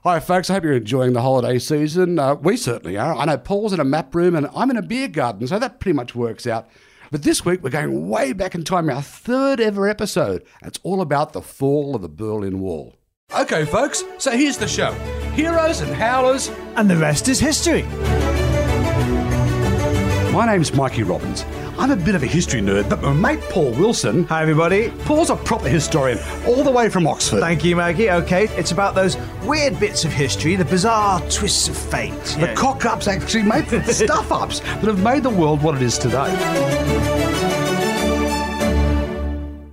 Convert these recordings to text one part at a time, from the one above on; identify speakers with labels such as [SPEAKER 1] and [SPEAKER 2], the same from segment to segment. [SPEAKER 1] Hi, folks. I hope you're enjoying the holiday season. Uh, we certainly are. I know Paul's in a map room and I'm in a beer garden, so that pretty much works out. But this week, we're going way back in time, our third ever episode. It's all about the fall of the Berlin Wall. Okay, folks, so here's the show Heroes and Howlers.
[SPEAKER 2] And the rest is history.
[SPEAKER 1] My name's Mikey Robbins. I'm a bit of a history nerd, but my mate Paul Wilson,
[SPEAKER 2] Hi, everybody.
[SPEAKER 1] Paul's a proper historian, all the way from Oxford.
[SPEAKER 2] Thank you, Maggie. Okay, it's about those weird bits of history, the bizarre twists of fate.
[SPEAKER 1] The
[SPEAKER 2] Yeah.
[SPEAKER 1] cock ups actually made stuff ups that have made the world what it is today.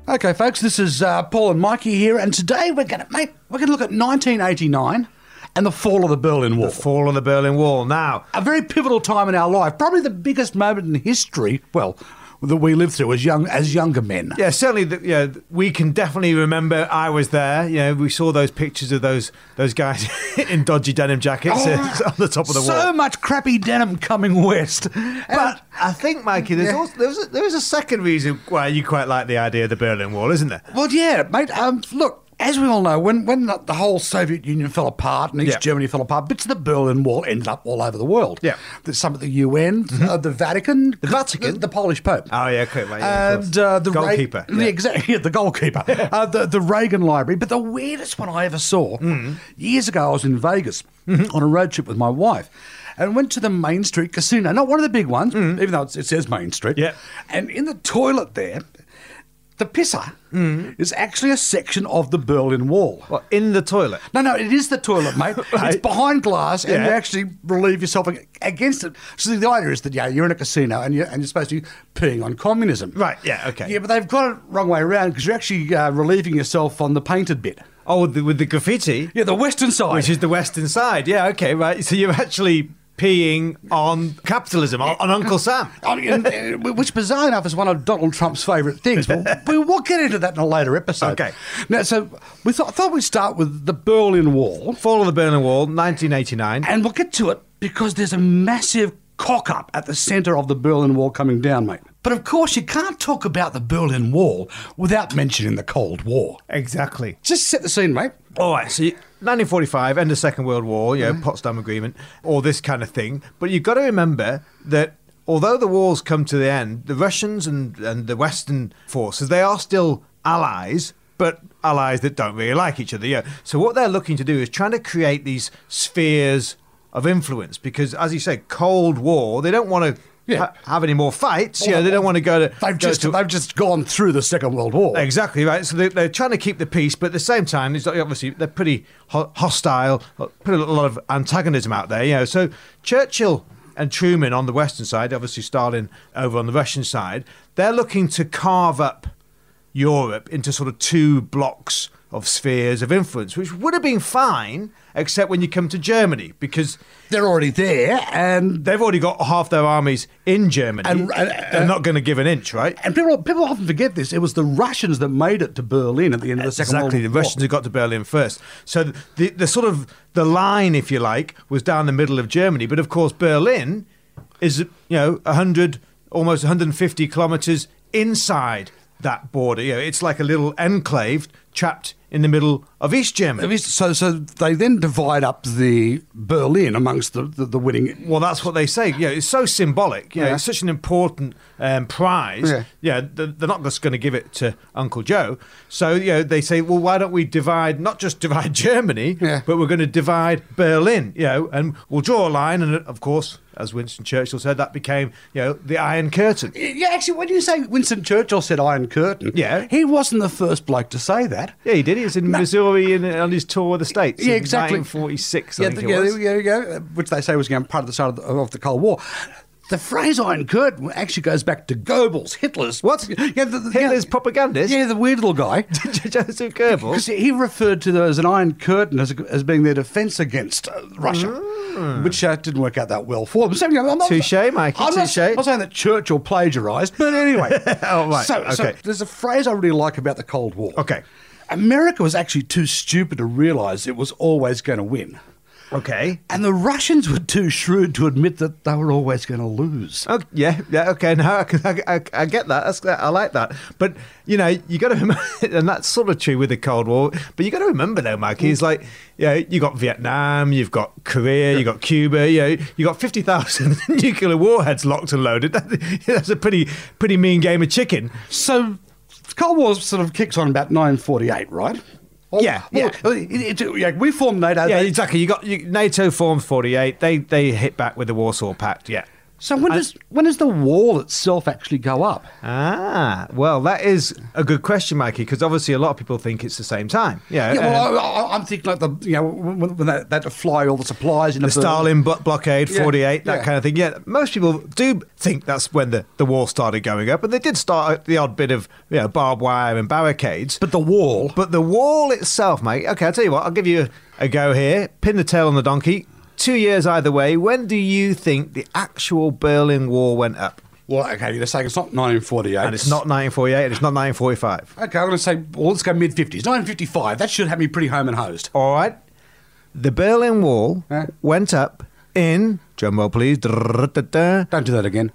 [SPEAKER 1] Okay, folks, this is uh, Paul and Mikey here, and today we're going to mate, we're going to look at 1989 and the fall of the Berlin Wall.
[SPEAKER 2] the fall of the Berlin Wall. Now,
[SPEAKER 1] a very pivotal time in our life, probably the biggest moment in history. Well, that we lived through as young as younger men.
[SPEAKER 2] yeah, certainly, the, yeah, we can definitely remember. I was there. You know, we saw those pictures of those those guys in dodgy denim jackets
[SPEAKER 1] Oh,
[SPEAKER 2] on the top of the
[SPEAKER 1] so
[SPEAKER 2] wall.
[SPEAKER 1] much crappy denim coming west,
[SPEAKER 2] But I think, Mikey, there's also, there, was a, there was a second reason why you quite like the idea of the Berlin Wall, isn't there?
[SPEAKER 1] Well, yeah, mate. Um, look, as we all know, when when the, the whole Soviet Union fell apart and East
[SPEAKER 2] Yeah.
[SPEAKER 1] Germany fell apart, bits of the Berlin Wall ended up all over the world.
[SPEAKER 2] Yeah. Mm-hmm.
[SPEAKER 1] there's some at the UN, uh, the Vatican, the
[SPEAKER 2] Vatican?
[SPEAKER 1] the, Polish Pope.
[SPEAKER 2] Oh, yeah, okay, right, yeah,
[SPEAKER 1] and
[SPEAKER 2] of course.
[SPEAKER 1] uh, the Re-
[SPEAKER 2] Goalkeeper,
[SPEAKER 1] yeah,
[SPEAKER 2] yeah.
[SPEAKER 1] exactly, the goalkeeper. uh, the the Reagan Library. But the weirdest one I ever saw
[SPEAKER 2] Mm.
[SPEAKER 1] years ago, I was in Vegas
[SPEAKER 2] Mm-hmm.
[SPEAKER 1] on a road trip with my wife. And went to the Main Street Casino, not one of the big ones, even though it's- it says Main Street.
[SPEAKER 2] Mm. Yeah.
[SPEAKER 1] And in the toilet there, the pisser is actually a section of the Berlin Wall.
[SPEAKER 2] Well, in the toilet.
[SPEAKER 1] No, no, it is the toilet, mate. It's
[SPEAKER 2] Right.
[SPEAKER 1] behind glass, and
[SPEAKER 2] Yeah.
[SPEAKER 1] you actually relieve yourself ag- against it. So the idea is that yeah, you're in a casino and you're and you're supposed to be peeing on communism.
[SPEAKER 2] Right, yeah, okay.
[SPEAKER 1] Yeah, but they've got it wrong way around because you're actually uh, relieving yourself on the painted bit.
[SPEAKER 2] Oh, with the, with the graffiti.
[SPEAKER 1] Yeah, the western side.
[SPEAKER 2] Which is the western side. Yeah, okay, right. So you're actually peeing on capitalism, on, on Uncle Sam.
[SPEAKER 1] I mean, uh, which bizarre enough is one of Donald Trump's favourite things. But we will get into that in a later episode.
[SPEAKER 2] Okay.
[SPEAKER 1] Now, so we thought, thought we'd start with the Berlin Wall.
[SPEAKER 2] Fall of the Berlin Wall, 1989.
[SPEAKER 1] And we'll get to it because there's a massive cock up at the centre of the Berlin Wall coming down, mate. But of course, you can't talk about the Berlin Wall without mentioning the Cold War.
[SPEAKER 2] Exactly.
[SPEAKER 1] Just set the scene, mate.
[SPEAKER 2] All right, so you- 1945, end of Second World War, you know,
[SPEAKER 1] Mm.
[SPEAKER 2] Potsdam Agreement, all this kind of thing. But you've got to remember that although the war's come to the end, the Russians and, and the Western forces, they are still allies, but allies that don't really like each other. Yeah. So what they're looking to do is trying to create these spheres of influence because, as you say, Cold War, they don't want to
[SPEAKER 1] Yeah.
[SPEAKER 2] ha- have any more fights.
[SPEAKER 1] Well,
[SPEAKER 2] yeah, they don't want to go to.
[SPEAKER 1] They've
[SPEAKER 2] go
[SPEAKER 1] just
[SPEAKER 2] to
[SPEAKER 1] they've just gone through the Second World War.
[SPEAKER 2] Exactly right. So they, they're trying to keep the peace, but at the same time, it's obviously they're pretty ho- hostile, put a lot of antagonism out there. You know, so Churchill and Truman on the Western side, obviously Stalin over on the Russian side, they're looking to carve up Europe into sort of two blocks of spheres of influence, which would have been fine, except when you come to Germany, because
[SPEAKER 1] They're already there, and
[SPEAKER 2] they've already got half their armies in Germany.
[SPEAKER 1] And- and- uh,
[SPEAKER 2] they're not going to give an inch, right?
[SPEAKER 1] and people people often forget this. It was the Russians that made it to Berlin at the end of the Second
[SPEAKER 2] Exactly, the
[SPEAKER 1] World War.
[SPEAKER 2] Russians had got to Berlin first. So th- the, the sort of the line, if you like, was down the middle of Germany. But of course, Berlin is you know 100, almost 150 kilometers inside that border. You know, it's like a little enclave trapped in the middle of East Germany.
[SPEAKER 1] It was- So, so they then divide up the Berlin amongst the, the, the winning.
[SPEAKER 2] Well, that's what they say. Yeah, it's so symbolic. You know,
[SPEAKER 1] Yeah.
[SPEAKER 2] it's such an important um, prize.
[SPEAKER 1] Yeah.
[SPEAKER 2] Yeah, th- they're not just going to give it to Uncle Joe. So you know, they say, well, why don't we divide? Not just divide Germany,
[SPEAKER 1] Yeah.
[SPEAKER 2] but we're going to divide Berlin. You know, and we'll draw a line. And of course, as Winston Churchill said, that became you know the Iron Curtain.
[SPEAKER 1] Yeah, actually, when you say Winston Churchill said Iron Curtain,
[SPEAKER 2] Yeah.
[SPEAKER 1] he wasn't the first bloke to say that.
[SPEAKER 2] Yeah, he did. He was in Missouri and on his tour of the states.
[SPEAKER 1] Yeah,
[SPEAKER 2] in
[SPEAKER 1] exactly.
[SPEAKER 2] 1946. I
[SPEAKER 1] Yeah,
[SPEAKER 2] think
[SPEAKER 1] yeah,
[SPEAKER 2] it was.
[SPEAKER 1] yeah, yeah, which they say was again part of the start of the, of the Cold War. The phrase Iron Curtain actually goes back to Goebbels, Hitler's
[SPEAKER 2] What?
[SPEAKER 1] Yeah, the, the-
[SPEAKER 2] Hitler's
[SPEAKER 1] yeah,
[SPEAKER 2] propagandist.
[SPEAKER 1] Yeah, the weird little guy.
[SPEAKER 2] Joseph Goebbels.
[SPEAKER 1] Because he referred to those as an iron curtain as, as being their defence against uh, Russia, which uh, didn't work out that well for them. So, you know, I'm not-
[SPEAKER 2] Touche, Ah. Mikey,
[SPEAKER 1] I'm not,
[SPEAKER 2] touche.
[SPEAKER 1] I'm not saying that Churchill plagiarised, but anyway.
[SPEAKER 2] Oh, right,
[SPEAKER 1] So, so
[SPEAKER 2] okay.
[SPEAKER 1] there's a phrase I really like about the Cold War.
[SPEAKER 2] Okay.
[SPEAKER 1] America was actually too stupid to realise it was always going to win.
[SPEAKER 2] Okay.
[SPEAKER 1] And the Russians were too shrewd to admit that they were always going to lose.
[SPEAKER 2] Oh yeah, yeah. Okay, no, I, can, I, I, I get that. That's, I like that. But you know, you got to remember, and that's sort of true with the Cold War. But you got to remember though, Mikey, is like, you know, you got Vietnam, you've got Korea, you got Cuba, you know, you got fifty thousand nuclear warheads locked and loaded. That, that's a pretty, pretty mean game of chicken.
[SPEAKER 1] So, Cold War sort of kicks on about 1948, right? Or-
[SPEAKER 2] Yeah,
[SPEAKER 1] well,
[SPEAKER 2] yeah.
[SPEAKER 1] it- it- yeah, we formed NATO.
[SPEAKER 2] Yeah,
[SPEAKER 1] they-
[SPEAKER 2] exactly. You got you, NATO formed forty eight. They they hit back with the Warsaw Pact. Yeah.
[SPEAKER 1] so when does when does the wall itself actually go up?
[SPEAKER 2] Ah, well, that is a good question, Mikey, because obviously a lot of people think it's the same time. Yeah,
[SPEAKER 1] Yeah,
[SPEAKER 2] um,
[SPEAKER 1] well, I, I, I'm thinking like the you know when, when they, they had to fly all the supplies in a
[SPEAKER 2] the
[SPEAKER 1] bird.
[SPEAKER 2] Stalin blo- blockade,
[SPEAKER 1] Yeah,
[SPEAKER 2] 48, that
[SPEAKER 1] yeah.
[SPEAKER 2] kind of thing. Yeah, most people do think that's when the, the wall started going up, and they did start the odd bit of you know, barbed wire and barricades. But,
[SPEAKER 1] but the wall.
[SPEAKER 2] but the wall itself, mate, okay, I'll tell you what, I'll give you a, a go here. Pin the tail on the donkey. Two years either way. When do you think the actual Berlin Wall went up?
[SPEAKER 1] Well, okay, you're saying it's not 1948,
[SPEAKER 2] And it's not 1948 and it's not 1945.
[SPEAKER 1] Okay, I'm going to say well, let's go mid 50s, 1955. That should have me pretty home and hosed.
[SPEAKER 2] All right. The Berlin Wall
[SPEAKER 1] Huh?
[SPEAKER 2] went up in, drumroll please,
[SPEAKER 1] Don't do that again.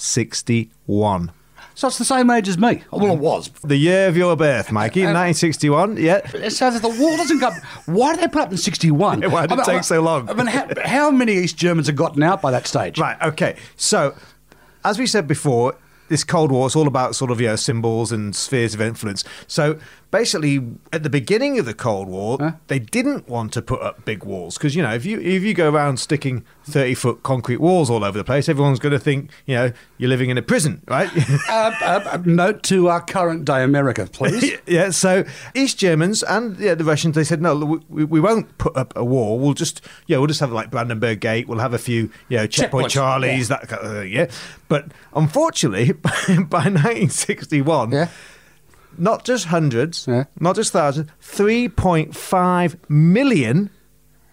[SPEAKER 2] 1961.
[SPEAKER 1] So it's the same age as me. Oh, Well, it was.
[SPEAKER 2] The year of your birth, Mikey, 1961. Yeah.
[SPEAKER 1] So that the wall doesn't go. Why did they put up in 61?
[SPEAKER 2] Yeah, why did it take so long?
[SPEAKER 1] I mean, how, how many East Germans had gotten out by that stage?
[SPEAKER 2] Right. Okay. So, as we said before, this Cold War is all about sort of you know, symbols and spheres of influence. So basically, at the beginning of the Cold War, they didn't want to put up big walls because you know if you if you go around sticking thirty foot concrete walls all over the place, everyone's going to think you know you're living in a prison, right?
[SPEAKER 1] Uh, uh, uh, note to our current day America, please.
[SPEAKER 2] yeah, so East Germans and yeah, the Russians, they said, no, look, we, we won't put up a wall. We'll just, yeah, we'll just have like Brandenburg Gate. We'll have a few, you know, Checkpoint
[SPEAKER 1] Checkpoints,
[SPEAKER 2] Charlies, that kind of thing, yeah. But unfortunately, by 1961,
[SPEAKER 1] Yeah.
[SPEAKER 2] not just hundreds,
[SPEAKER 1] Yeah.
[SPEAKER 2] not just thousands, 3.5 million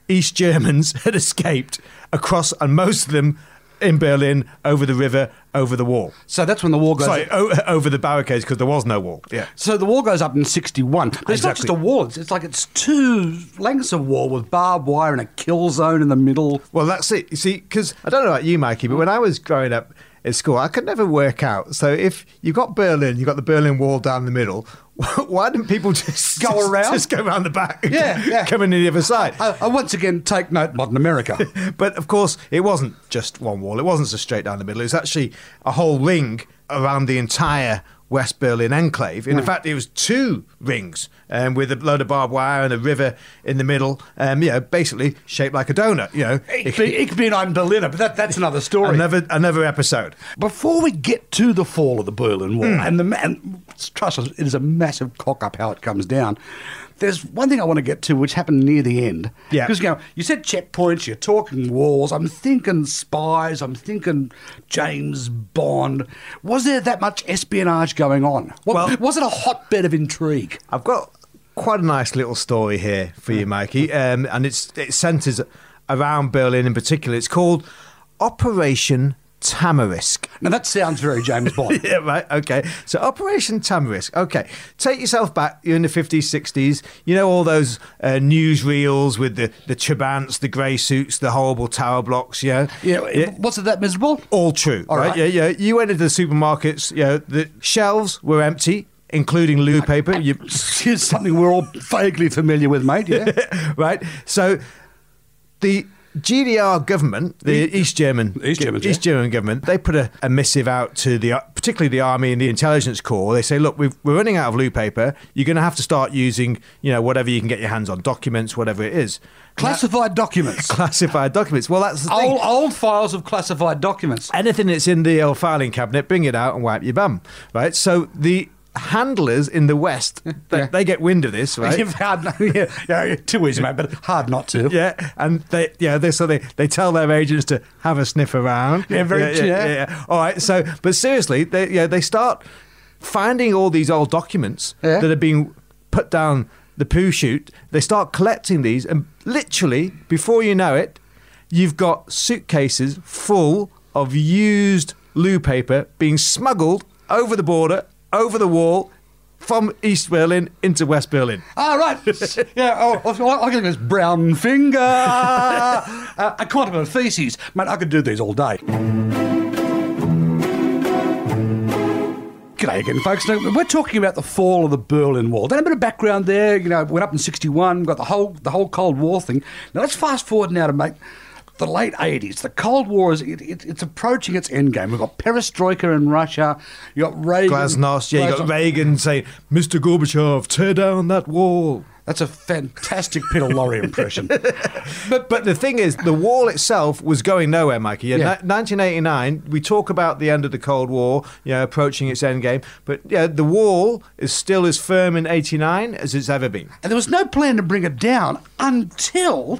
[SPEAKER 2] East Germans had escaped across, and most of them in Berlin, over the river, over the wall.
[SPEAKER 1] So that's when the wall goes.
[SPEAKER 2] Sorry, o- over the barricades because there was no wall. Yeah.
[SPEAKER 1] So the wall goes up in 61. But it's not just
[SPEAKER 2] Exactly.
[SPEAKER 1] a wall, it's, it's like it's two lengths of wall with barbed wire and a kill zone in the middle.
[SPEAKER 2] Well, that's it. You see, because I don't know about you, Mikey, but when I was growing up at school, I could never work out. So if you've got Berlin, you've got the Berlin Wall down the middle. Why didn't people just
[SPEAKER 1] Go
[SPEAKER 2] just-
[SPEAKER 1] around?
[SPEAKER 2] Just go around the back.
[SPEAKER 1] Yeah, yeah.
[SPEAKER 2] Come in the other side.
[SPEAKER 1] I, I once again take note, modern America.
[SPEAKER 2] But of course, it wasn't just one wall. It wasn't just straight down the middle. It was actually a whole ring around the entire West Berlin enclave. In fact, it was two rings um, with a load of barbed wire and a river in the middle. Um, you know, basically shaped like a donut. You know,
[SPEAKER 1] it, could be, it could be an I'm Berliner, but that, that's another story.
[SPEAKER 2] another another episode.
[SPEAKER 1] Before we get to the fall of the Berlin
[SPEAKER 2] Hmm.
[SPEAKER 1] Wall, and the man, trust us, it is a massive cock up how it comes down. There's one thing I want to get to, which happened near the end.
[SPEAKER 2] Yeah.
[SPEAKER 1] because you know, you said checkpoints, you're talking walls. I'm thinking spies. I'm thinking James Bond. Was there that much espionage going on? What,
[SPEAKER 2] Well-
[SPEAKER 1] was it a hotbed of intrigue?
[SPEAKER 2] I've got quite a nice little story here for you, Mikey, um, and it's it centres around Berlin in particular. It's called Operation Tamarisk.
[SPEAKER 1] Now that sounds very James Bond.
[SPEAKER 2] Yeah, right. Okay. So Operation Tamarisk. Okay. Take yourself back. You're in the 50s, 60s. You know all those uh, newsreels with the, the Trabants, the grey suits, the horrible tower blocks, yeah?
[SPEAKER 1] yeah, was it that miserable?
[SPEAKER 2] All true.
[SPEAKER 1] All
[SPEAKER 2] right?
[SPEAKER 1] right.
[SPEAKER 2] Yeah, yeah. You entered the supermarkets, you know, the shelves were empty, including loo paper. You,
[SPEAKER 1] It's something we're all vaguely familiar with, mate. Yeah.
[SPEAKER 2] right? So the GDR government, the East German
[SPEAKER 1] East Germans,
[SPEAKER 2] East German government, they put a, a missive out to the particularly the army and the intelligence corps. They say, look, we've, we're running out of loo paper. You're going to have to start using, you know, whatever you can get your hands on, documents, whatever it is,
[SPEAKER 1] Classified documents.
[SPEAKER 2] classified documents. Well, that's the thing.
[SPEAKER 1] Old, old files of classified documents.
[SPEAKER 2] anything that's in the old filing cabinet, bring it out and wipe your bum, right? So the handlers in the West, they,
[SPEAKER 1] Yeah.
[SPEAKER 2] they get wind of this, right?
[SPEAKER 1] You've hard, yeah, yeah, too easy, mate, but hard not to.
[SPEAKER 2] Yeah, and they yeah they so they, they tell their agents to have a sniff around.
[SPEAKER 1] Yeah, very
[SPEAKER 2] yeah,
[SPEAKER 1] true,
[SPEAKER 2] yeah,
[SPEAKER 1] yeah.
[SPEAKER 2] yeah. All right, so but seriously, they yeah they start finding all these old documents
[SPEAKER 1] Yeah.
[SPEAKER 2] that are being put down the poo chute. They start collecting these, and literally before you know it, you've got suitcases full of used loo paper being smuggled over the border, over the wall. from East Berlin into West Berlin.
[SPEAKER 1] All Ah, right. yeah, oh, oh, I can this brown finger, uh, a quantum of feces. Mate, I could do these all day. G'day again, folks. Now, we're talking about the fall of the Berlin Wall. Then a bit of background there. You know, went up in '61. Got the whole the whole Cold War thing. Now let's fast forward now to make the late '80s. The Cold War is it, it, it's approaching its end game. We've got Perestroika in Russia. You got Reagan.
[SPEAKER 2] Glasnost, yeah, you got
[SPEAKER 1] Glasnost.
[SPEAKER 2] Reagan saying, Mr. Gorbachev, tear down that wall.
[SPEAKER 1] That's a fantastic Peter Lorre impression.
[SPEAKER 2] But, but the thing is, the wall itself was going nowhere, Mikey. Yeah,
[SPEAKER 1] Yeah.
[SPEAKER 2] ni- 1989, we talk about the end of the Cold War, you know, approaching its end game. But yeah, the wall is still as firm in 89 as it's ever been.
[SPEAKER 1] And there was no plan to bring it down until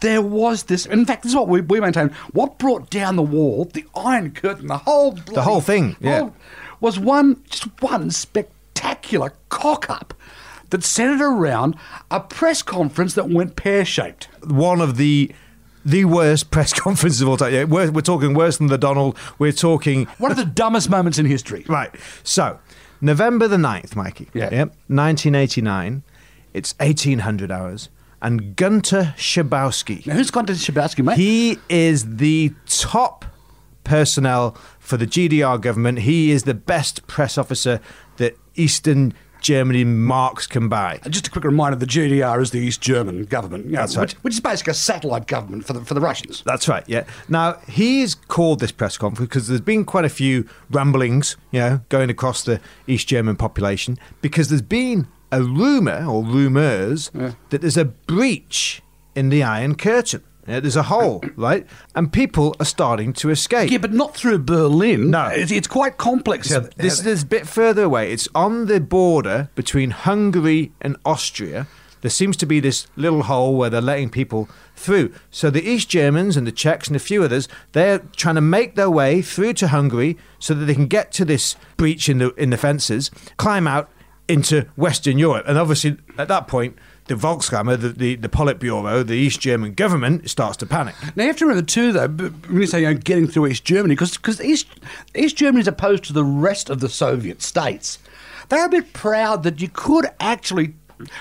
[SPEAKER 1] there was this. In fact, this is what we, we maintain. What brought down the wall, the Iron Curtain, the whole bloody-
[SPEAKER 2] whole thing, yeah.
[SPEAKER 1] was one just one spectacular cock up that centered around a press conference that went pear shaped.
[SPEAKER 2] one of the the worst press conferences of all time. Yeah, we're, we're talking worse than the Donald. We're talking
[SPEAKER 1] One of the dumbest moments in history.
[SPEAKER 2] right. So November the 9th, Mikey.
[SPEAKER 1] Yeah.
[SPEAKER 2] Nineteen eighty nine. It's eighteen hundred hours, and Gunter Schabowski.
[SPEAKER 1] Now, who's gone to Shabowski, mate?
[SPEAKER 2] He is the top personnel for the GDR government. He is the best press officer that Eastern Germany marks can buy.
[SPEAKER 1] And Uh, just a quick reminder: the GDR is the East German government, you know,
[SPEAKER 2] That's right.
[SPEAKER 1] which, which is basically a satellite government for the for the Russians.
[SPEAKER 2] That's right. Yeah. Now he's called this press conference because there's been quite a few ramblings, you know, going across the East German population because there's been a rumor or rumors that there's a breach in the Iron Curtain. Yeah, there's a hole, right? And people are starting to escape.
[SPEAKER 1] Yeah, but not through Berlin.
[SPEAKER 2] No.
[SPEAKER 1] it's, it's quite complex.
[SPEAKER 2] So this is a bit further away. It's on the border between Hungary and Austria. There seems to be this little hole where they're letting people through. So the East Germans and the Czechs and a few others, they're trying to make their way through to Hungary so that they can get to this breach in the in the fences, climb out into Western Europe. And obviously at that point the Volkskammer, the, the, the Politburo, the East German government starts to panic.
[SPEAKER 1] Now you have to remember too, though, b- when you say you know, getting through East Germany, because East East Germany is opposed to the rest of the Soviet states. They're a bit proud that you could actually.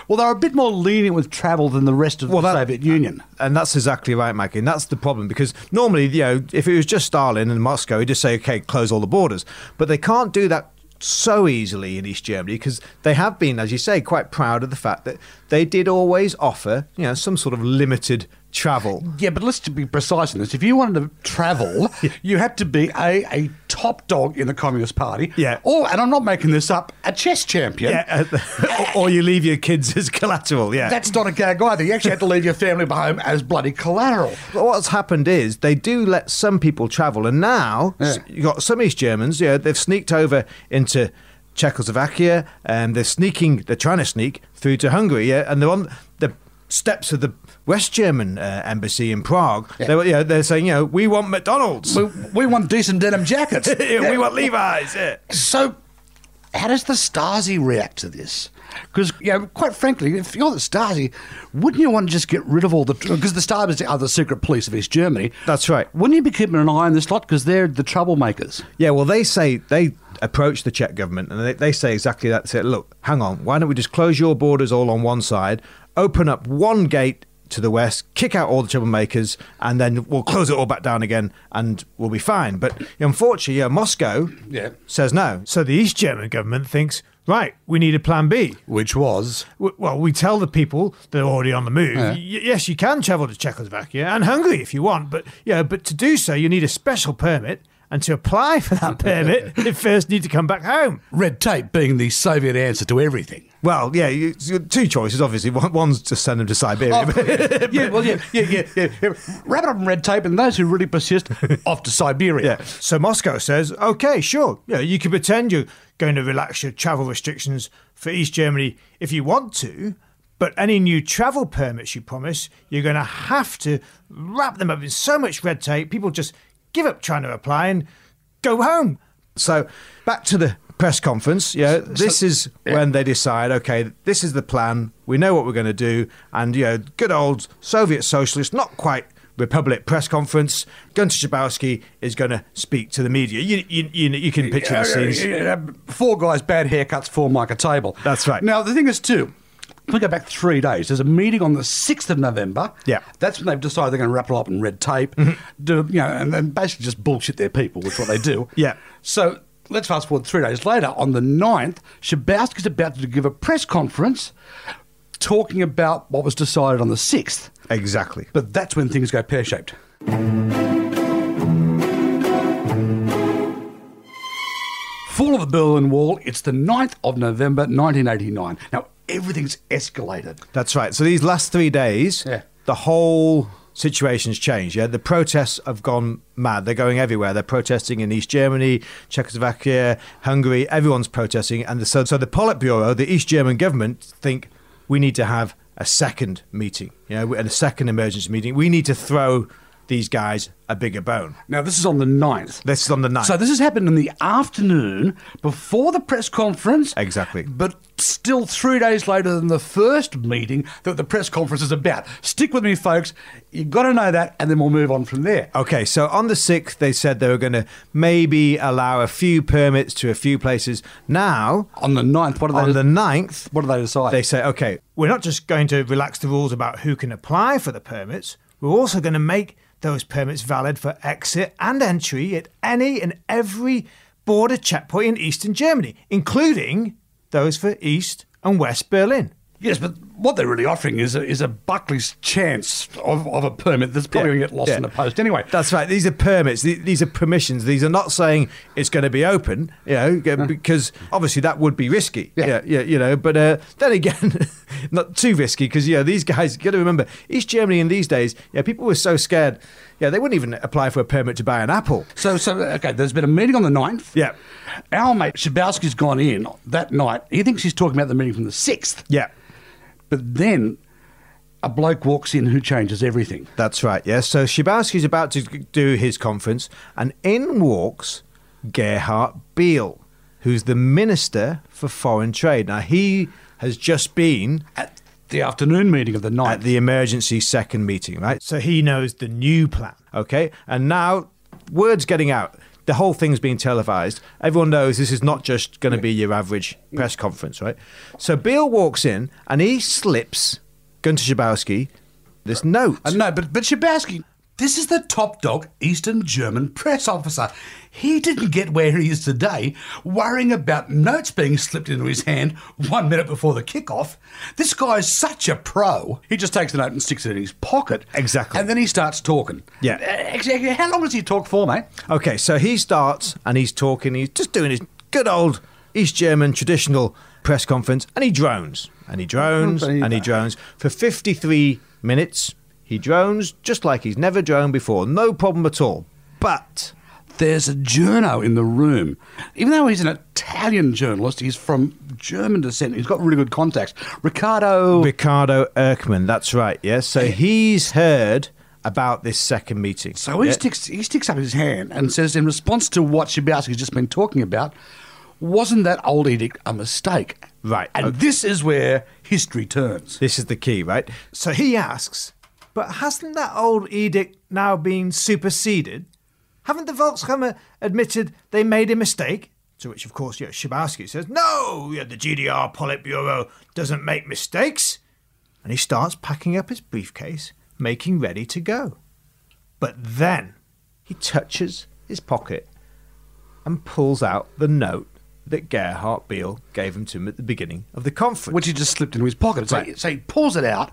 [SPEAKER 1] Well, they're a bit more lenient with travel than the rest of
[SPEAKER 2] Well,
[SPEAKER 1] the
[SPEAKER 2] that-
[SPEAKER 1] Soviet Union.
[SPEAKER 2] And that's exactly right, Mikey. And that's the problem because normally, you know, if it was just Stalin and Moscow, he'd just say, okay, close all the borders. But they can't do that so easily in East Germany because they have been, as you say, quite proud of the fact that they did always offer, you know, some sort of limited travel.
[SPEAKER 1] Yeah, but let's be precise in this. If you wanted to travel, you had to be a, a top dog in the Communist Party.
[SPEAKER 2] Yeah.
[SPEAKER 1] Or, and I'm not making this up, a chess champion.
[SPEAKER 2] Yeah, or or you leave your kids as collateral. Yeah.
[SPEAKER 1] That's not a gag either. You actually had to leave your family home as bloody collateral.
[SPEAKER 2] But what's happened is they do let some people travel, and now s- you got some East Germans. Yeah, they've sneaked over into Czechoslovakia, and they're sneaking. They're trying to sneak through to Hungary, yeah, and they're on the steps of the West German uh, embassy in Prague. They were- yeah, they're saying, you know, we want McDonald's,
[SPEAKER 1] We, we want decent denim jackets.
[SPEAKER 2] Yeah, we want Levi's. Yeah.
[SPEAKER 1] So, how does the Stasi react to this? Because, you know, quite frankly, if you're the Stasi, wouldn't you want to just get rid of all the. Because the Stasi are the secret police of East Germany.
[SPEAKER 2] That's right.
[SPEAKER 1] Wouldn't you be keeping an eye on this lot? Because they're the troublemakers.
[SPEAKER 2] Yeah, well, they say they approach the Czech government and they, they say exactly that. Say, look, hang on, why don't we just close your borders all on one side, open up one gate to the west, kick out all the troublemakers, and then we'll close it all back down again and we'll be fine. But unfortunately, yeah, Moscow
[SPEAKER 1] Yeah.
[SPEAKER 2] says no. So the East German government thinks, right, we need a plan B.
[SPEAKER 1] Which was.
[SPEAKER 2] W- Well, we tell the people that are already on the move. Y- yes, you can travel to Czechoslovakia and Hungary if you want, but yeah, but to do so, you need a special permit. And to apply for that permit, they first need to come back home.
[SPEAKER 1] Red tape being the Soviet answer to everything.
[SPEAKER 2] Well, yeah, you, you- two choices, obviously. One- One's to send them to Siberia.
[SPEAKER 1] yeah, yeah, well, yeah, yeah, yeah, yeah, yeah. Wrap it up in red tape, and those who really persist, off to Siberia.
[SPEAKER 2] Yeah. So Moscow says, okay, sure. Yeah, you can pretend you're going to relax your travel restrictions for East Germany if you want to, but any new travel permits you promise, you're going to have to wrap them up in so much red tape, people just give up trying to apply and go home. So back to the press conference. Yeah, this is when they decide, okay, this is the plan. We know what we're going to do. And, you know, good old Soviet socialists, not quite Republic press conference. Gunter Schabowski is going to speak to the media. You, you, you, you can picture the scenes.
[SPEAKER 1] Yeah, Four guys, bad haircuts, form like a table.
[SPEAKER 2] That's right.
[SPEAKER 1] Now, the thing is, too, if we go back three days, there's a meeting on the 6th of November.
[SPEAKER 2] Yeah. Mm-hmm.
[SPEAKER 1] That's when they've decided they're going to wrap it up in red tape, do, you know, and, and basically just bullshit their people, which is what they do.
[SPEAKER 2] Yeah.
[SPEAKER 1] So let's fast forward three days later. On the 9th, Shabowski's about to give a press conference talking about what was decided on the 6th.
[SPEAKER 2] Exactly.
[SPEAKER 1] But that's when things go pear shaped. Fall of the Berlin Wall, it's the 9th of November 1989. Now, everything's escalated.
[SPEAKER 2] That's right. So these last three days,
[SPEAKER 1] Yeah.
[SPEAKER 2] the whole situation's changed. Yeah, the protests have gone mad. They're going everywhere. They're protesting in East Germany, Czechoslovakia, Hungary. Everyone's protesting, and so so the Politburo, the East German government, think we need to have a second meeting. Yeah, and a second emergency meeting. We need to throw these guys a bigger bone.
[SPEAKER 1] Now, this is on the 9th.
[SPEAKER 2] This is on the 9th.
[SPEAKER 1] So, this has happened in the afternoon before the press conference.
[SPEAKER 2] Exactly.
[SPEAKER 1] But still three days later than the first meeting that the press conference is about. Stick with me, folks. You've got to know that, and then we'll move on from there.
[SPEAKER 2] Okay, so on the 6th, they said they were going to maybe allow a few permits to a few places. Now,
[SPEAKER 1] On the 9th, what do they,
[SPEAKER 2] on the 9th,
[SPEAKER 1] what do they decide?
[SPEAKER 2] they say, okay, we're not just going to relax the rules about who can apply for the permits, we're also going to make those permits valid for exit and entry at any and every border checkpoint in Eastern Germany, including those for East and West Berlin.
[SPEAKER 1] Yes, but what they're really offering is a, is a Buckley's chance of, of a permit that's probably going to get lost
[SPEAKER 2] Yeah.
[SPEAKER 1] in the post anyway.
[SPEAKER 2] That's right. These are permits. The- These are permissions. These are not saying it's going to be open, you know, g- because obviously that would be risky.
[SPEAKER 1] Yeah.
[SPEAKER 2] yeah, you know. But uh, then again, not too risky because you know these guys. You got to remember, East Germany in these days, yeah, people were so scared. Yeah, they wouldn't even apply for a permit to buy an apple.
[SPEAKER 1] So, so okay, there's been a meeting on the 9th.
[SPEAKER 2] Yeah.
[SPEAKER 1] Our mate Shabowski's gone in that night. He thinks he's talking about the meeting from the 6th.
[SPEAKER 2] Yeah.
[SPEAKER 1] But then a bloke walks in who changes everything.
[SPEAKER 2] That's right. Yeah. So Shibowski's about to g- do his conference, and in walks Gerhard Biel, who's the minister for foreign trade. Now he has just been
[SPEAKER 1] At the afternoon meeting of the 9th.
[SPEAKER 2] at the emergency second meeting, right? So he knows the new plan, okay? And now word's getting out. The whole thing's being televised. Everyone knows this is not just going to be your average press conference, right? So Beale walks in and he slips Gunter Schabowski this note.
[SPEAKER 1] Uh, no, but, but Shabowski, this is the top dog Eastern German press officer. He didn't get where he is today worrying about notes being slipped into his hand one minute before the kickoff. This guy is such a pro. He just takes the note and sticks it in his pocket.
[SPEAKER 2] Exactly.
[SPEAKER 1] And then he starts talking.
[SPEAKER 2] Yeah.
[SPEAKER 1] Uh, Actually, how long does he talk for, mate?
[SPEAKER 2] Okay, so he starts and he's talking. He's just doing his good old East German traditional press conference, and he drones and he drones
[SPEAKER 1] believe
[SPEAKER 2] and he
[SPEAKER 1] that.
[SPEAKER 2] drones for 53 minutes. He drones just like he's never droned before. No problem at all. But
[SPEAKER 1] There's a journo in the room. Even though he's an Italian journalist, he's from German descent. He's got really good contacts. Ricardo.
[SPEAKER 2] Ricardo Erkman, that's right, yes. So he's heard about this second meeting.
[SPEAKER 1] So he
[SPEAKER 2] Yeah.
[SPEAKER 1] sticks he sticks up his hand and says, in response to what Shabowski's just been talking about, wasn't that old edict a mistake?
[SPEAKER 2] Right,
[SPEAKER 1] And
[SPEAKER 2] okay.
[SPEAKER 1] this is where history turns.
[SPEAKER 2] This is the key, right? So he asks, but hasn't that old edict now been superseded? Haven't the Volkskammer admitted they made a mistake? To which, of course, yeah, Shabowski says, no, yeah, the GDR Politburo doesn't make mistakes. And he starts packing up his briefcase, making ready to go. But then he touches his pocket and pulls out the note that Gerhard Beale gave him to him at the beginning of the conference.
[SPEAKER 1] Which he just slipped into his pocket. So,
[SPEAKER 2] Right.
[SPEAKER 1] so he pulls it out.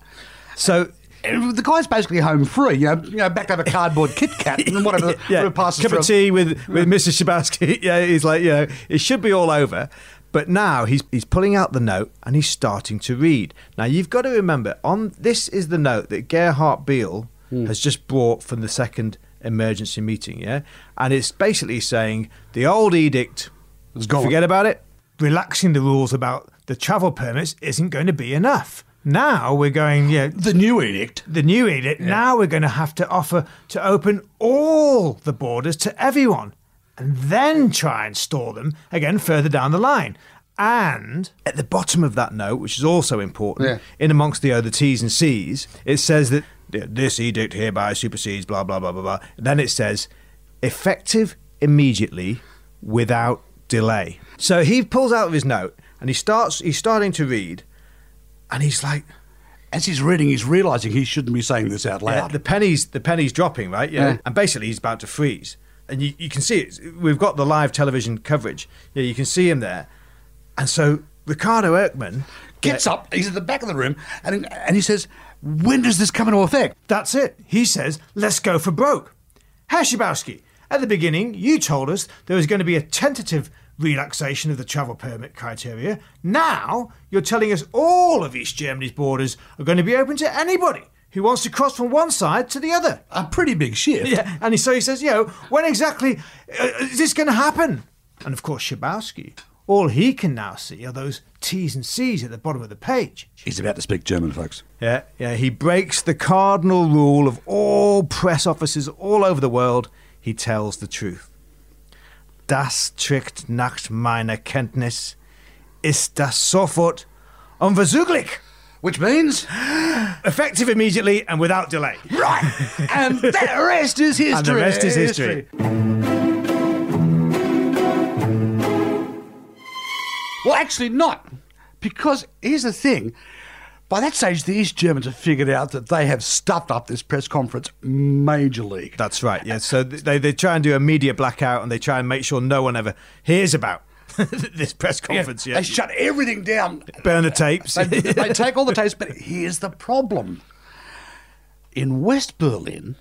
[SPEAKER 2] so
[SPEAKER 1] And the guy's basically home free, you know, you know back to have a cardboard Kit Kat and whatever, whatever passes
[SPEAKER 2] cup
[SPEAKER 1] through.
[SPEAKER 2] of tea with with Mrs. Shabowski. Yeah, he's like, you know, it should be all over. But now he's he's pulling out the note and he's starting to read. Now you've got to remember on this is the note that Gerhard Beale has just brought from the second emergency meeting, yeah? And it's basically saying the old edict
[SPEAKER 1] It's gone.
[SPEAKER 2] Forget about it. Relaxing the rules about the travel permits isn't going to be enough. Now we're going, yeah,
[SPEAKER 1] The new edict
[SPEAKER 2] the new edict, now we're going to have to offer to open all the borders to everyone and then try and store them again further down the line. And at the bottom of that note, which is also important,
[SPEAKER 1] Yeah.
[SPEAKER 2] in amongst the other T's and C's, it says that this edict hereby supersedes blah blah blah blah blah. Then it says effective immediately without delay. So he pulls out of his note and he starts he's starting to read and he's like
[SPEAKER 1] As he's reading, he's realizing he shouldn't be saying this out
[SPEAKER 2] yeah,
[SPEAKER 1] loud.
[SPEAKER 2] the pennies, the pennies dropping, right? Yeah.
[SPEAKER 1] Yeah.
[SPEAKER 2] And basically, he's about to freeze, and you, you can see it. We've got the live television coverage. Yeah, you can see him there, and so Ricardo Erkman
[SPEAKER 1] Gets up, he's at the back of the room, and, and he says, When does this come into effect?
[SPEAKER 2] That's it. He says, let's go for broke. Hashibowski, at the beginning, you told us there was going to be a tentative relaxation of the travel permit criteria. Now, you're telling us all of East Germany's borders are going to be open to anybody who wants to cross from one side to the other.
[SPEAKER 1] A pretty big shift.
[SPEAKER 2] Yeah, and he- so he says, you know, when exactly uh, is this going to happen? And of course, Shabowski, all he can now see are those T's and C's at the bottom of the page.
[SPEAKER 1] He's about to speak German, folks.
[SPEAKER 2] Yeah, yeah. He breaks the cardinal rule of all press officers all over the world. He tells the truth. Das trickt nach meiner Kenntnis ist das sofort unverzüglich.
[SPEAKER 1] Which means,
[SPEAKER 2] Effective immediately and without delay.
[SPEAKER 1] right, and the rest is history.
[SPEAKER 2] And the rest is history.
[SPEAKER 1] Well, actually, not. Because here's the thing by that stage, the East Germans have figured out that they have stuffed up this press conference major league.
[SPEAKER 2] That's right. Yeah. So th- they, they try and do a media blackout and they try and make sure no one ever hears about this press conference. Yeah.
[SPEAKER 1] They shut everything down.
[SPEAKER 2] Burn the tapes.
[SPEAKER 1] They, they take all the tapes, but here's the problem. In West Berlin,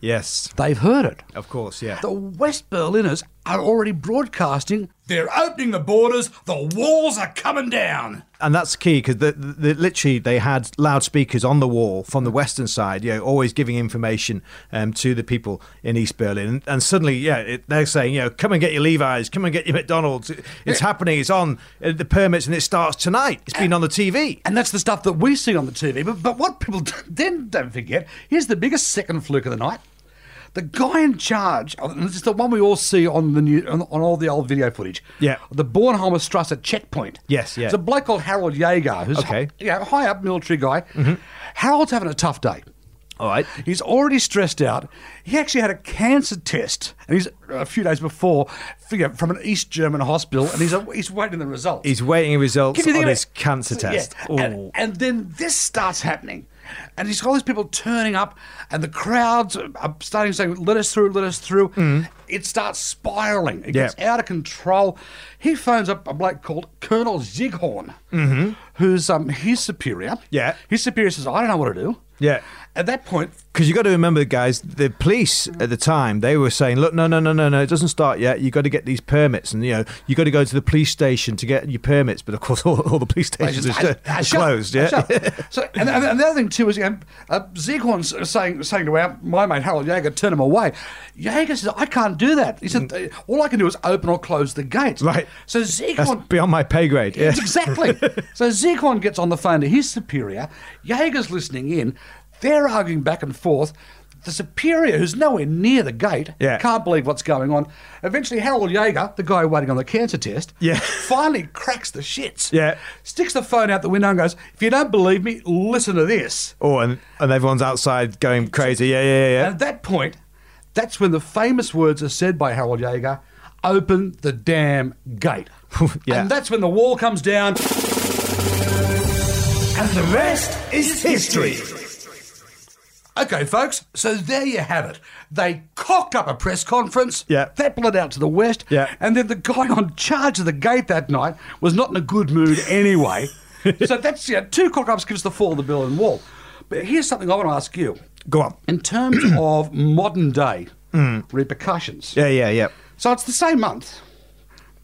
[SPEAKER 2] yes.
[SPEAKER 1] they've heard it.
[SPEAKER 2] Of course. Yeah.
[SPEAKER 1] The West Berliners are already broadcasting. They're opening the borders. The walls are coming down.
[SPEAKER 2] and that's key because the, the, literally they had loudspeakers on the wall from the western side, you know, always giving information um, to the people in East Berlin. And, and suddenly, yeah, it, they're saying, you know, come and get your Levi's, come and get your McDonald's. It- It's happening. It's on uh, the permits, and it starts tonight. It's been on the TV.
[SPEAKER 1] And that's the stuff that we see on the TV. But, but what people d- then don't forget here's the biggest second fluke of the night. The guy in charge, and this is the one we all see on the new, on, on all the old video footage.
[SPEAKER 2] Yeah.
[SPEAKER 1] the Bornholmer Strasse checkpoint.
[SPEAKER 2] Yes, yeah.
[SPEAKER 1] It's a bloke called Harold Jaeger, who's
[SPEAKER 2] Okay. Mm-hmm.
[SPEAKER 1] you know, high up military guy. Harold's having a tough day.
[SPEAKER 2] All right.
[SPEAKER 1] He's already stressed out. He actually had a cancer test, and he's a few days before figure, from an East German hospital, and he's he's waiting the results.
[SPEAKER 2] He's waiting results
[SPEAKER 1] Can you
[SPEAKER 2] on
[SPEAKER 1] think of
[SPEAKER 2] his
[SPEAKER 1] it?
[SPEAKER 2] cancer
[SPEAKER 1] Yeah.
[SPEAKER 2] test.
[SPEAKER 1] And,
[SPEAKER 2] Ooh.
[SPEAKER 1] and then this starts happening. And he's got all these people turning up, and the crowds are starting saying, Let us through, let us through. It starts spiraling. It
[SPEAKER 2] Mm. Yeah.
[SPEAKER 1] gets out of control. He phones up a bloke called Colonel Zighorn, who's um, his superior.
[SPEAKER 2] Mm-hmm. Yeah.
[SPEAKER 1] His superior says, I don't know what to do.
[SPEAKER 2] yeah.
[SPEAKER 1] At that point,
[SPEAKER 2] Because you got to remember, guys, the police at the time they were saying, "Look, no, no, no, no, no, it doesn't start yet. You got to get these permits, and you know, you got to go to the police station to get your permits." But of course, all, all the police stations
[SPEAKER 1] I-
[SPEAKER 2] are, st-
[SPEAKER 1] I
[SPEAKER 2] are
[SPEAKER 1] shut-
[SPEAKER 2] closed.
[SPEAKER 1] I
[SPEAKER 2] Yeah,
[SPEAKER 1] shut. So, and, and, and the other thing too is, um, uh, Zeghorn's saying saying to our, my mate Harold Jaeger, turn him away. Jaeger says, I can't do that. He said, "Uh, all I can do is open or close the gates.
[SPEAKER 2] Mm. Right.
[SPEAKER 1] So
[SPEAKER 2] that's
[SPEAKER 1] Zeghorn.
[SPEAKER 2] beyond my pay grade. Yeah.
[SPEAKER 1] Yes, exactly. so Zeghorn gets on the phone to his superior. Jaeger's listening in. They're arguing back and forth. The superior, who's nowhere near the gate,
[SPEAKER 2] Yeah.
[SPEAKER 1] can't believe what's going on. Eventually, Harold Jaeger, the guy waiting on the cancer test,
[SPEAKER 2] Yeah.
[SPEAKER 1] finally cracks the shits.
[SPEAKER 2] Yeah.
[SPEAKER 1] Sticks the phone out the window and goes, If you don't believe me, listen to this.
[SPEAKER 2] Oh, and and everyone's outside going crazy. Yeah, yeah, yeah.
[SPEAKER 1] And at that point, that's when the famous words are said by Harold Jaeger open the damn gate.
[SPEAKER 2] Yeah.
[SPEAKER 1] And that's when the wall comes down.
[SPEAKER 2] And the rest is history.
[SPEAKER 1] Okay, folks, so there you have it. They cocked up a press conference.
[SPEAKER 2] Yeah.
[SPEAKER 1] That bled out to the West.
[SPEAKER 2] Yeah.
[SPEAKER 1] And then the guy on charge of the gate that night was not in a good mood anyway. so that's, yeah, two cock ups gives the fall of the Berlin Wall. But here's something I want to ask you.
[SPEAKER 2] Go on.
[SPEAKER 1] In terms of modern day
[SPEAKER 2] Mm.
[SPEAKER 1] repercussions.
[SPEAKER 2] Yeah, yeah, yeah.
[SPEAKER 1] So it's the same month,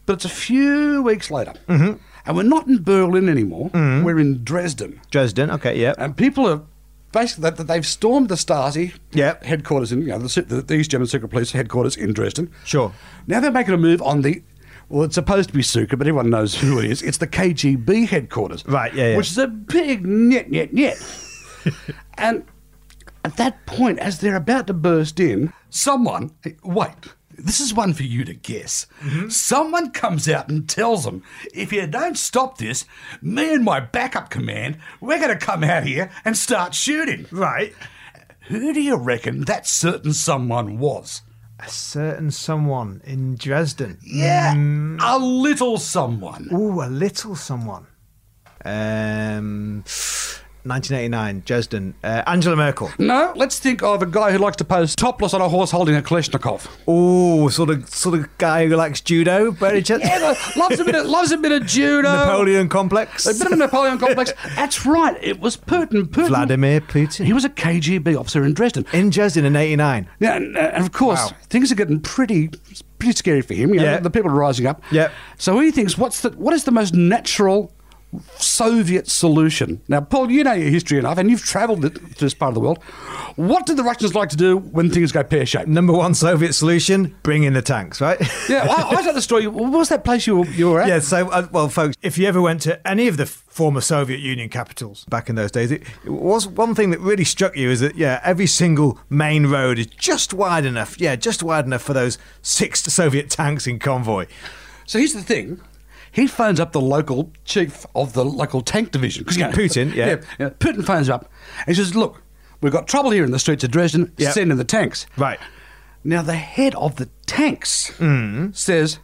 [SPEAKER 1] but it's a few weeks later. Mm-hmm. And we're not in Berlin anymore,
[SPEAKER 2] Mm.
[SPEAKER 1] we're in Dresden.
[SPEAKER 2] Dresden. Okay, yeah.
[SPEAKER 1] And people are basically that, that they've stormed the Stasi
[SPEAKER 2] Yep.
[SPEAKER 1] headquarters in you know, the, se- the, the East German Secret Police headquarters in Dresden.
[SPEAKER 2] Sure.
[SPEAKER 1] Now they're making a move on the. Well, it's supposed to be Suka, but everyone knows who it is. It's the KGB headquarters.
[SPEAKER 2] Right, yeah, yeah.
[SPEAKER 1] Which is a big net, net, net. and at that point, as they're about to burst in, someone. Wait, this is one for you to guess. Someone comes out and tells them if you don't stop this, me and my backup command, we're going to come out here and start shooting.
[SPEAKER 2] Right.
[SPEAKER 1] Who do you reckon that certain someone was?
[SPEAKER 2] A certain someone in Dresden.
[SPEAKER 1] Yeah, Mm. a little someone.
[SPEAKER 2] Ooh, a little someone. Um, 1989, Dresden. Uh, Angela Merkel.
[SPEAKER 1] No, let's think of a guy who likes to pose topless on a horse holding a Kalashnikov.
[SPEAKER 2] Ooh, sort of, sort of guy who likes judo. Very ch-
[SPEAKER 1] Yeah, loves a bit of loves a bit of judo.
[SPEAKER 2] Napoleon complex.
[SPEAKER 1] A bit of a Napoleon complex. That's right. It was Putin. Putin.
[SPEAKER 2] Vladimir Putin.
[SPEAKER 1] He was a KGB officer in Dresden.
[SPEAKER 2] in Dresden in '89.
[SPEAKER 1] Yeah, and, uh, and of course,
[SPEAKER 2] Wow.
[SPEAKER 1] things are getting pretty pretty scary for him. You know,
[SPEAKER 2] Yeah.
[SPEAKER 1] the people are rising up.
[SPEAKER 2] Yep.
[SPEAKER 1] So he thinks, what's the what is the most natural Soviet solution? Now, Paul, you know your history enough, and you've travelled to this part of the world. What did the Russians like to do when things go pear shaped?
[SPEAKER 2] Number one Soviet solution: bring in the tanks, right?
[SPEAKER 1] Yeah, I, I tell the story. What was that place you were, you were at?
[SPEAKER 2] Yeah, so, uh, well, folks, if you ever went to any of the former Soviet Union capitals back in those days, it, it was one thing that really struck you is that, yeah, every single main road is just wide enough, yeah, just wide enough for those six Soviet tanks in convoy.
[SPEAKER 1] So here's the thing. He phones up the local chief of the local tank division. 'cause, you know,
[SPEAKER 2] Putin, yeah.
[SPEAKER 1] Putin phones up and he says, Look, we've got trouble here in the streets of Dresden.
[SPEAKER 2] Yeah.
[SPEAKER 1] Send in the tanks.
[SPEAKER 2] Right.
[SPEAKER 1] Now, the head of the tanks says,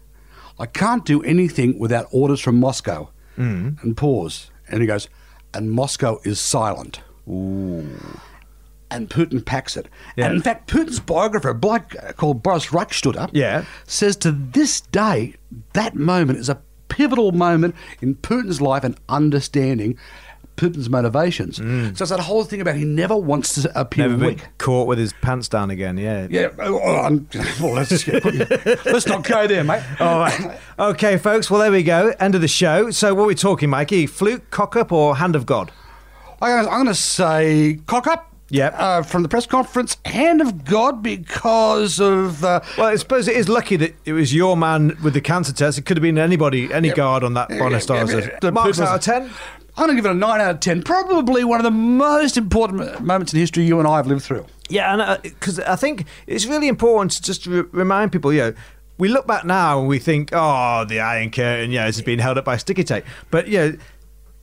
[SPEAKER 1] I can't do anything without orders from Moscow. Mm. And pause. And he goes, And Moscow is silent. And Putin packs it.
[SPEAKER 2] Yeah.
[SPEAKER 1] And in fact, Putin's biographer, a bloke uh, called Boris Reichstutter,
[SPEAKER 2] Yeah.
[SPEAKER 1] says to this day, that moment is a pivotal moment in Putin's life and understanding Putin's motivations. So it's that whole thing about he never wants to appear
[SPEAKER 2] Mm. Never been
[SPEAKER 1] weak.
[SPEAKER 2] caught with his pants down again, yeah.
[SPEAKER 1] Yeah, oh, oh, I'm- well, let's, just get- let's not go there, mate.
[SPEAKER 2] All right. Okay, folks, well, there we go. End of the show. So, what are we talking, Mikey? Fluke, cock up, or hand of God?
[SPEAKER 1] I'm going to say cock up.
[SPEAKER 2] Yep.
[SPEAKER 1] Uh, from the press conference, hand of God, because of uh,
[SPEAKER 2] Well, I suppose it is lucky that it was your man with the cancer test. It could have been anybody, any guard on that Bonastars.
[SPEAKER 1] yeah, yeah.
[SPEAKER 2] Marks
[SPEAKER 1] People's-
[SPEAKER 2] out of 10?
[SPEAKER 1] I'm going to give it a nine out of ten. Probably one of the most important moments in history you and I have lived through.
[SPEAKER 2] Yeah, and because I think it's really important to just re- remind people, you know, we look back now and we think, oh, the Iron Curtain, yeah, this has been held up by sticky tape. But, you know,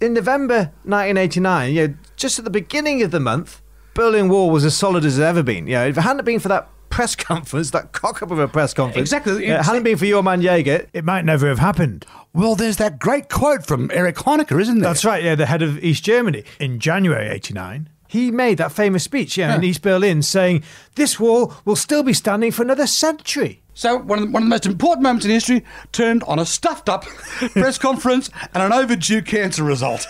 [SPEAKER 2] in November 1989, you know, just at the beginning of the month, Berlin Wall was as solid as it's ever been. You know, if it hadn't been for that press conference, that cock up of a press conference,
[SPEAKER 1] Exactly.
[SPEAKER 2] yeah, it hadn't been for your man Jaeger, it might never have happened.
[SPEAKER 1] Well, there's that great quote from Eric Honecker, isn't there?
[SPEAKER 2] That's right, yeah, the head of East Germany in January 89. He made that famous speech yeah, in East Berlin saying, This wall will still be standing for another century.
[SPEAKER 1] So one of, the, one of the most important moments in history turned on a stuffed up press conference and an overdue cancer result.